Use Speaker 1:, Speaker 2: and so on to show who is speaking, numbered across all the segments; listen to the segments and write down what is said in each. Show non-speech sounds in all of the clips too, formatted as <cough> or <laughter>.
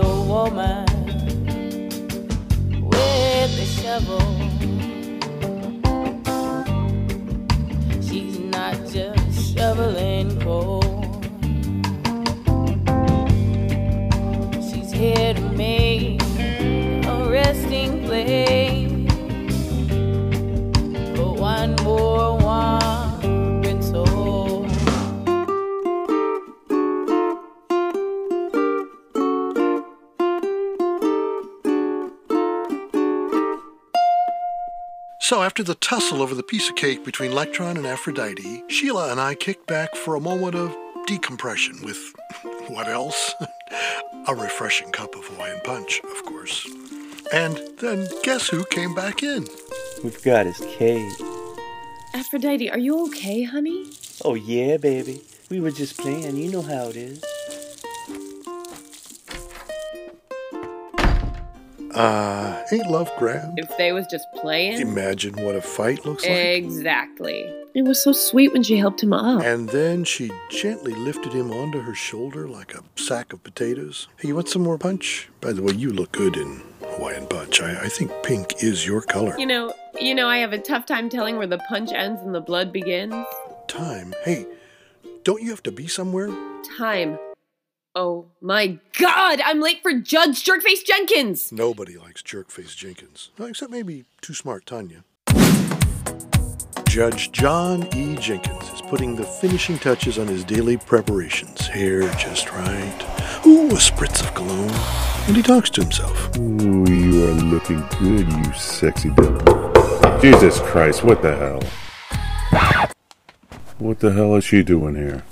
Speaker 1: woman with a shovel. She's not just shoveling coal. She's here to make a resting place for one more wandering soul.
Speaker 2: So, after the tussle over the piece of cake between Lectron and Aphrodite, Sheila and I kicked back for a moment of decompression with <laughs> what else? <laughs> a refreshing cup of Hawaiian punch, of course. And then guess who came back in?
Speaker 3: We've got his cake.
Speaker 4: Aphrodite, are you okay, honey?
Speaker 3: Oh, yeah, baby. We were just playing. You know how it is.
Speaker 2: Uh, ain't love grand?
Speaker 4: If they was just playing.
Speaker 2: Imagine what a fight looks like.
Speaker 4: Exactly. It was so sweet when she helped him up.
Speaker 2: And then she gently lifted him onto her shoulder like a sack of potatoes. Hey, you want some more punch? By the way, you look good in Hawaiian punch. I, I think pink is your color.
Speaker 4: You know, you know, I have a tough time telling where the punch ends and the blood begins.
Speaker 2: Time. Hey, don't you have to be somewhere?
Speaker 4: Time. Oh my god, I'm late for Judge Jerkface Jenkins!
Speaker 2: Nobody likes Jerkface Jenkins, Well, except maybe Too Smart Tanya. Judge John E. Jenkins is putting the finishing touches on his daily preparations. Hair just right. Ooh, a spritz of cologne. And he talks to himself.
Speaker 5: Ooh, you are looking good, you sexy devil. Jesus Christ, what the hell? What the hell is she doing here?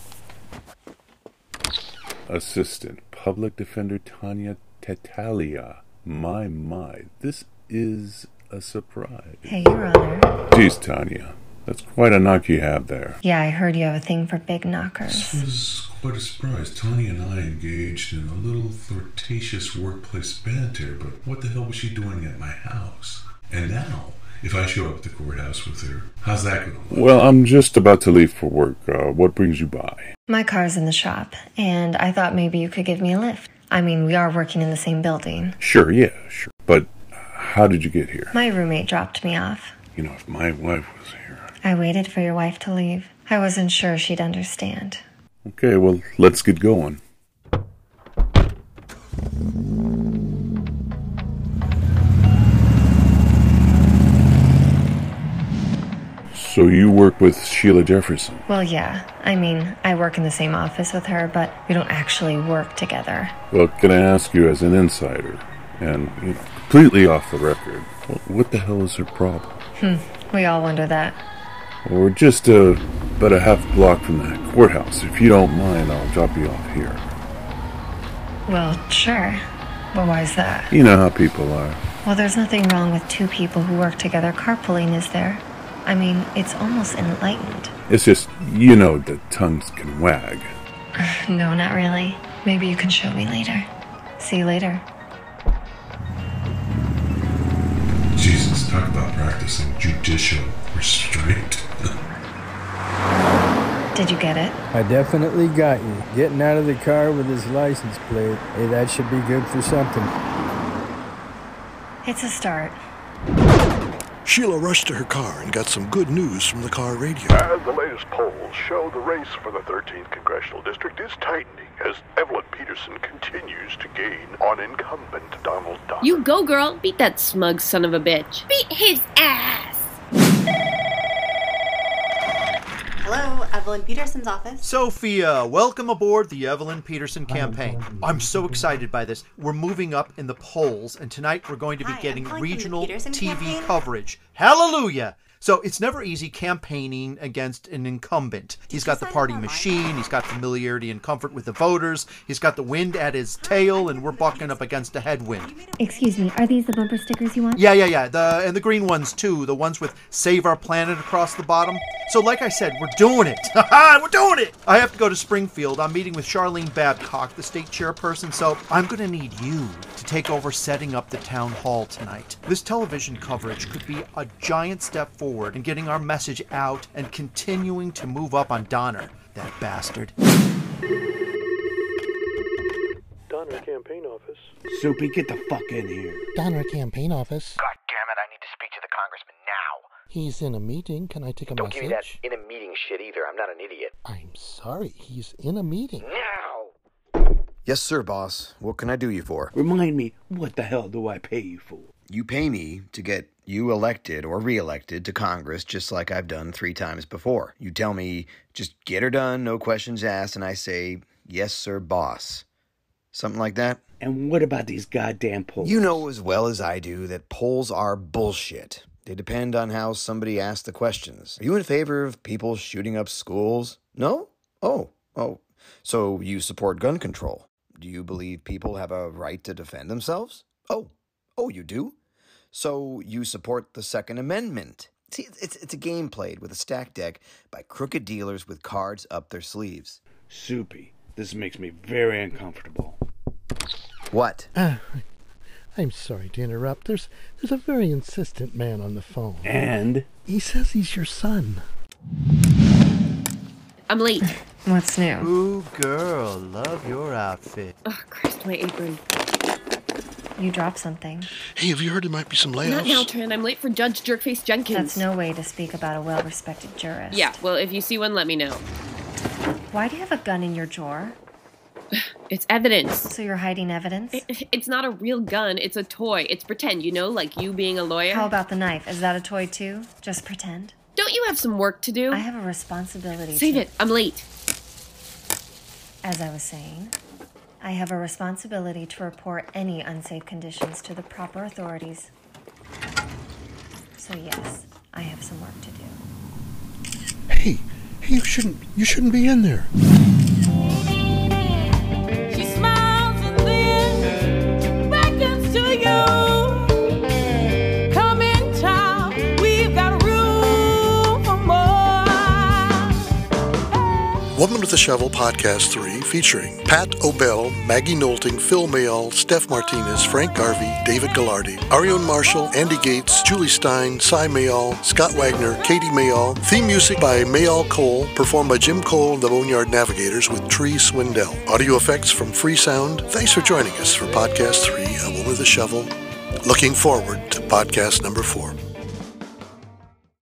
Speaker 5: Assistant Public Defender Tanya Tetalia. My, my, this is a surprise.
Speaker 6: Hey, Your Honor.
Speaker 5: Geez, Tanya, that's quite a knock you have there.
Speaker 6: Yeah, I heard you have a thing for big knockers.
Speaker 7: This was quite a surprise. Tony and I engaged in a little flirtatious workplace banter, but what the hell was she doing at my house? And now, if I show up at the courthouse with her, how's that going? to
Speaker 5: Well, I'm just about to leave for work. Uh, what brings you by?
Speaker 6: My car's in the shop, and I thought maybe you could give me a lift. I mean, we are working in the same building.
Speaker 5: Sure, yeah, sure. But how did you get here?
Speaker 6: My roommate dropped me off.
Speaker 5: You know, if my wife was here.
Speaker 6: I waited for your wife to leave. I wasn't sure she'd understand.
Speaker 5: Okay, well, let's get going. So you work with Sheila Jefferson.
Speaker 6: Well, yeah. I mean, I work in the same office with her, but we don't actually work together.
Speaker 5: Well, can I ask you as an insider, and you know, completely off the record, wh- what the hell is her problem?
Speaker 6: Hmm, we all wonder that.
Speaker 5: Well, we're just uh, about a half block from the courthouse. If you don't mind, I'll drop you off here.
Speaker 6: Well, sure. But why's that?
Speaker 5: You know how people are.
Speaker 6: Well, there's nothing wrong with two people who work together carpooling, is there? I mean, it's almost enlightened.
Speaker 5: It's just, you know, that tongues can wag.
Speaker 6: No, not really. Maybe you can show me later. See you later.
Speaker 7: Jesus, talk about practicing judicial restraint.
Speaker 6: Did you get it?
Speaker 8: I definitely got you. Getting out of the car with his license plate. Hey, that should be good for something.
Speaker 6: It's a start.
Speaker 2: Sheila rushed to her car and got some good news from the car radio.
Speaker 9: As the latest polls show, the race for the 13th congressional district is tightening as Evelyn Peterson continues to gain on incumbent Donald Duck.
Speaker 4: You go, girl! Beat that smug son of a bitch.
Speaker 10: Beat his ass! Hello, Oh, Evelyn Peterson's office.
Speaker 11: Sophia, welcome aboard the Evelyn Peterson campaign. I'm so excited by this. We're moving up in the polls, and tonight we're going to be
Speaker 10: Hi, I'm
Speaker 11: getting
Speaker 10: calling from the
Speaker 11: regional
Speaker 10: Peterson
Speaker 11: TV
Speaker 10: campaign.
Speaker 11: coverage. Hallelujah! Oh, So it's never easy campaigning against an incumbent. He's got the party machine, he's got familiarity and comfort with the voters, he's got the wind at his tail, and we're bucking up against a headwind.
Speaker 12: Excuse me, are these the bumper stickers you want?
Speaker 11: Yeah, yeah, yeah. The and the green ones too. The ones with "Save Our Planet" across the bottom. So, like I said, we're doing it. <laughs> we're doing it. I have to go to Springfield. I'm meeting with Charlene Babcock, the state chairperson. So I'm gonna need you to take over setting up the town hall tonight. This television coverage could be a giant step forward in getting our message out and continuing to move up on Donner, that bastard.
Speaker 9: Donner
Speaker 13: Donner Campaign Office.
Speaker 14: Soapy, get the fuck in here.
Speaker 13: Donner Campaign Office?
Speaker 15: God damn it, I need to speak to the congressman now.
Speaker 13: He's in a meeting. Can I take a
Speaker 15: Don't
Speaker 13: message?
Speaker 15: give me that in a meeting shit either. I'm not an idiot.
Speaker 13: I'm sorry. He's in a meeting.
Speaker 15: Now!
Speaker 11: Yes, sir, boss. What can I do you for?
Speaker 14: Remind me, what the hell do I pay you for?
Speaker 11: You pay me
Speaker 15: To get you elected or reelected to Congress, just like I've done three times before. You tell me, just get her done, no questions asked, and I say, yes, sir, boss. Something like that.
Speaker 14: And what about these goddamn polls?
Speaker 11: You know as well as I do that polls are bullshit. They depend on how somebody asks the questions. Are you in favor of people shooting up schools? No? Oh, oh. So you support gun control. Do you believe people have a right to defend themselves? Oh, oh, you do? So you support the Second Amendment. See, it's, it's a game played with a stack deck by crooked dealers with cards up their sleeves.
Speaker 14: Soupy, this makes me very uncomfortable.
Speaker 11: What?
Speaker 13: Ah, I'm sorry to interrupt. There's there's a very insistent man on the phone.
Speaker 14: And?
Speaker 13: He says he's your son.
Speaker 4: I'm
Speaker 2: <laughs>
Speaker 4: late.
Speaker 6: What's new?
Speaker 16: Ooh, girl, love your outfit.
Speaker 4: Oh, Christ, my apron.
Speaker 6: You dropped something.
Speaker 2: Hey, have you heard there might be some
Speaker 4: Not
Speaker 2: layoffs?
Speaker 4: now, Tran. I'm late for Judge Jerkface Jenkins.
Speaker 6: That's no way to speak about a well respected jurist.
Speaker 4: Yeah, well, if you see one, let me know.
Speaker 6: Why do you have a gun in your drawer?
Speaker 4: It's evidence.
Speaker 6: So you're hiding evidence?
Speaker 4: <laughs> It's not a real gun, it's a toy. It's pretend, you know, like you being a lawyer.
Speaker 6: How about the knife? Is that a toy too? Just pretend?
Speaker 4: Don't you have some work to do?
Speaker 6: I have a responsibility
Speaker 4: Save
Speaker 6: to-
Speaker 4: it. I'm late.
Speaker 6: As I was saying, I have a responsibility to report any unsafe conditions to the proper authorities. So, yes, I have some work to do.
Speaker 2: Hey, hey, you shouldn't you shouldn't be in there.
Speaker 1: She smiles and then beckons to you. Come in, child. We've got room for more.
Speaker 2: Woman with a Shovel Podcast 3 featuring Pat O'Bell, Maggie Nolting, Phil Mayall, Steph Martinez, Frank Garvey, David Gallardi, Ariane Marshall, Andy Gates, Julie Stein, Cy Mayall, Scott Wagner, Katie Mayall. Theme music by Mayall Cole, performed by Jim Cole and the Boneyard Navigators with Tree Swindell. Audio effects from Free Sound. Thanks for joining us for Podcast 3, A Woman with a Shovel. Looking forward to podcast number 4.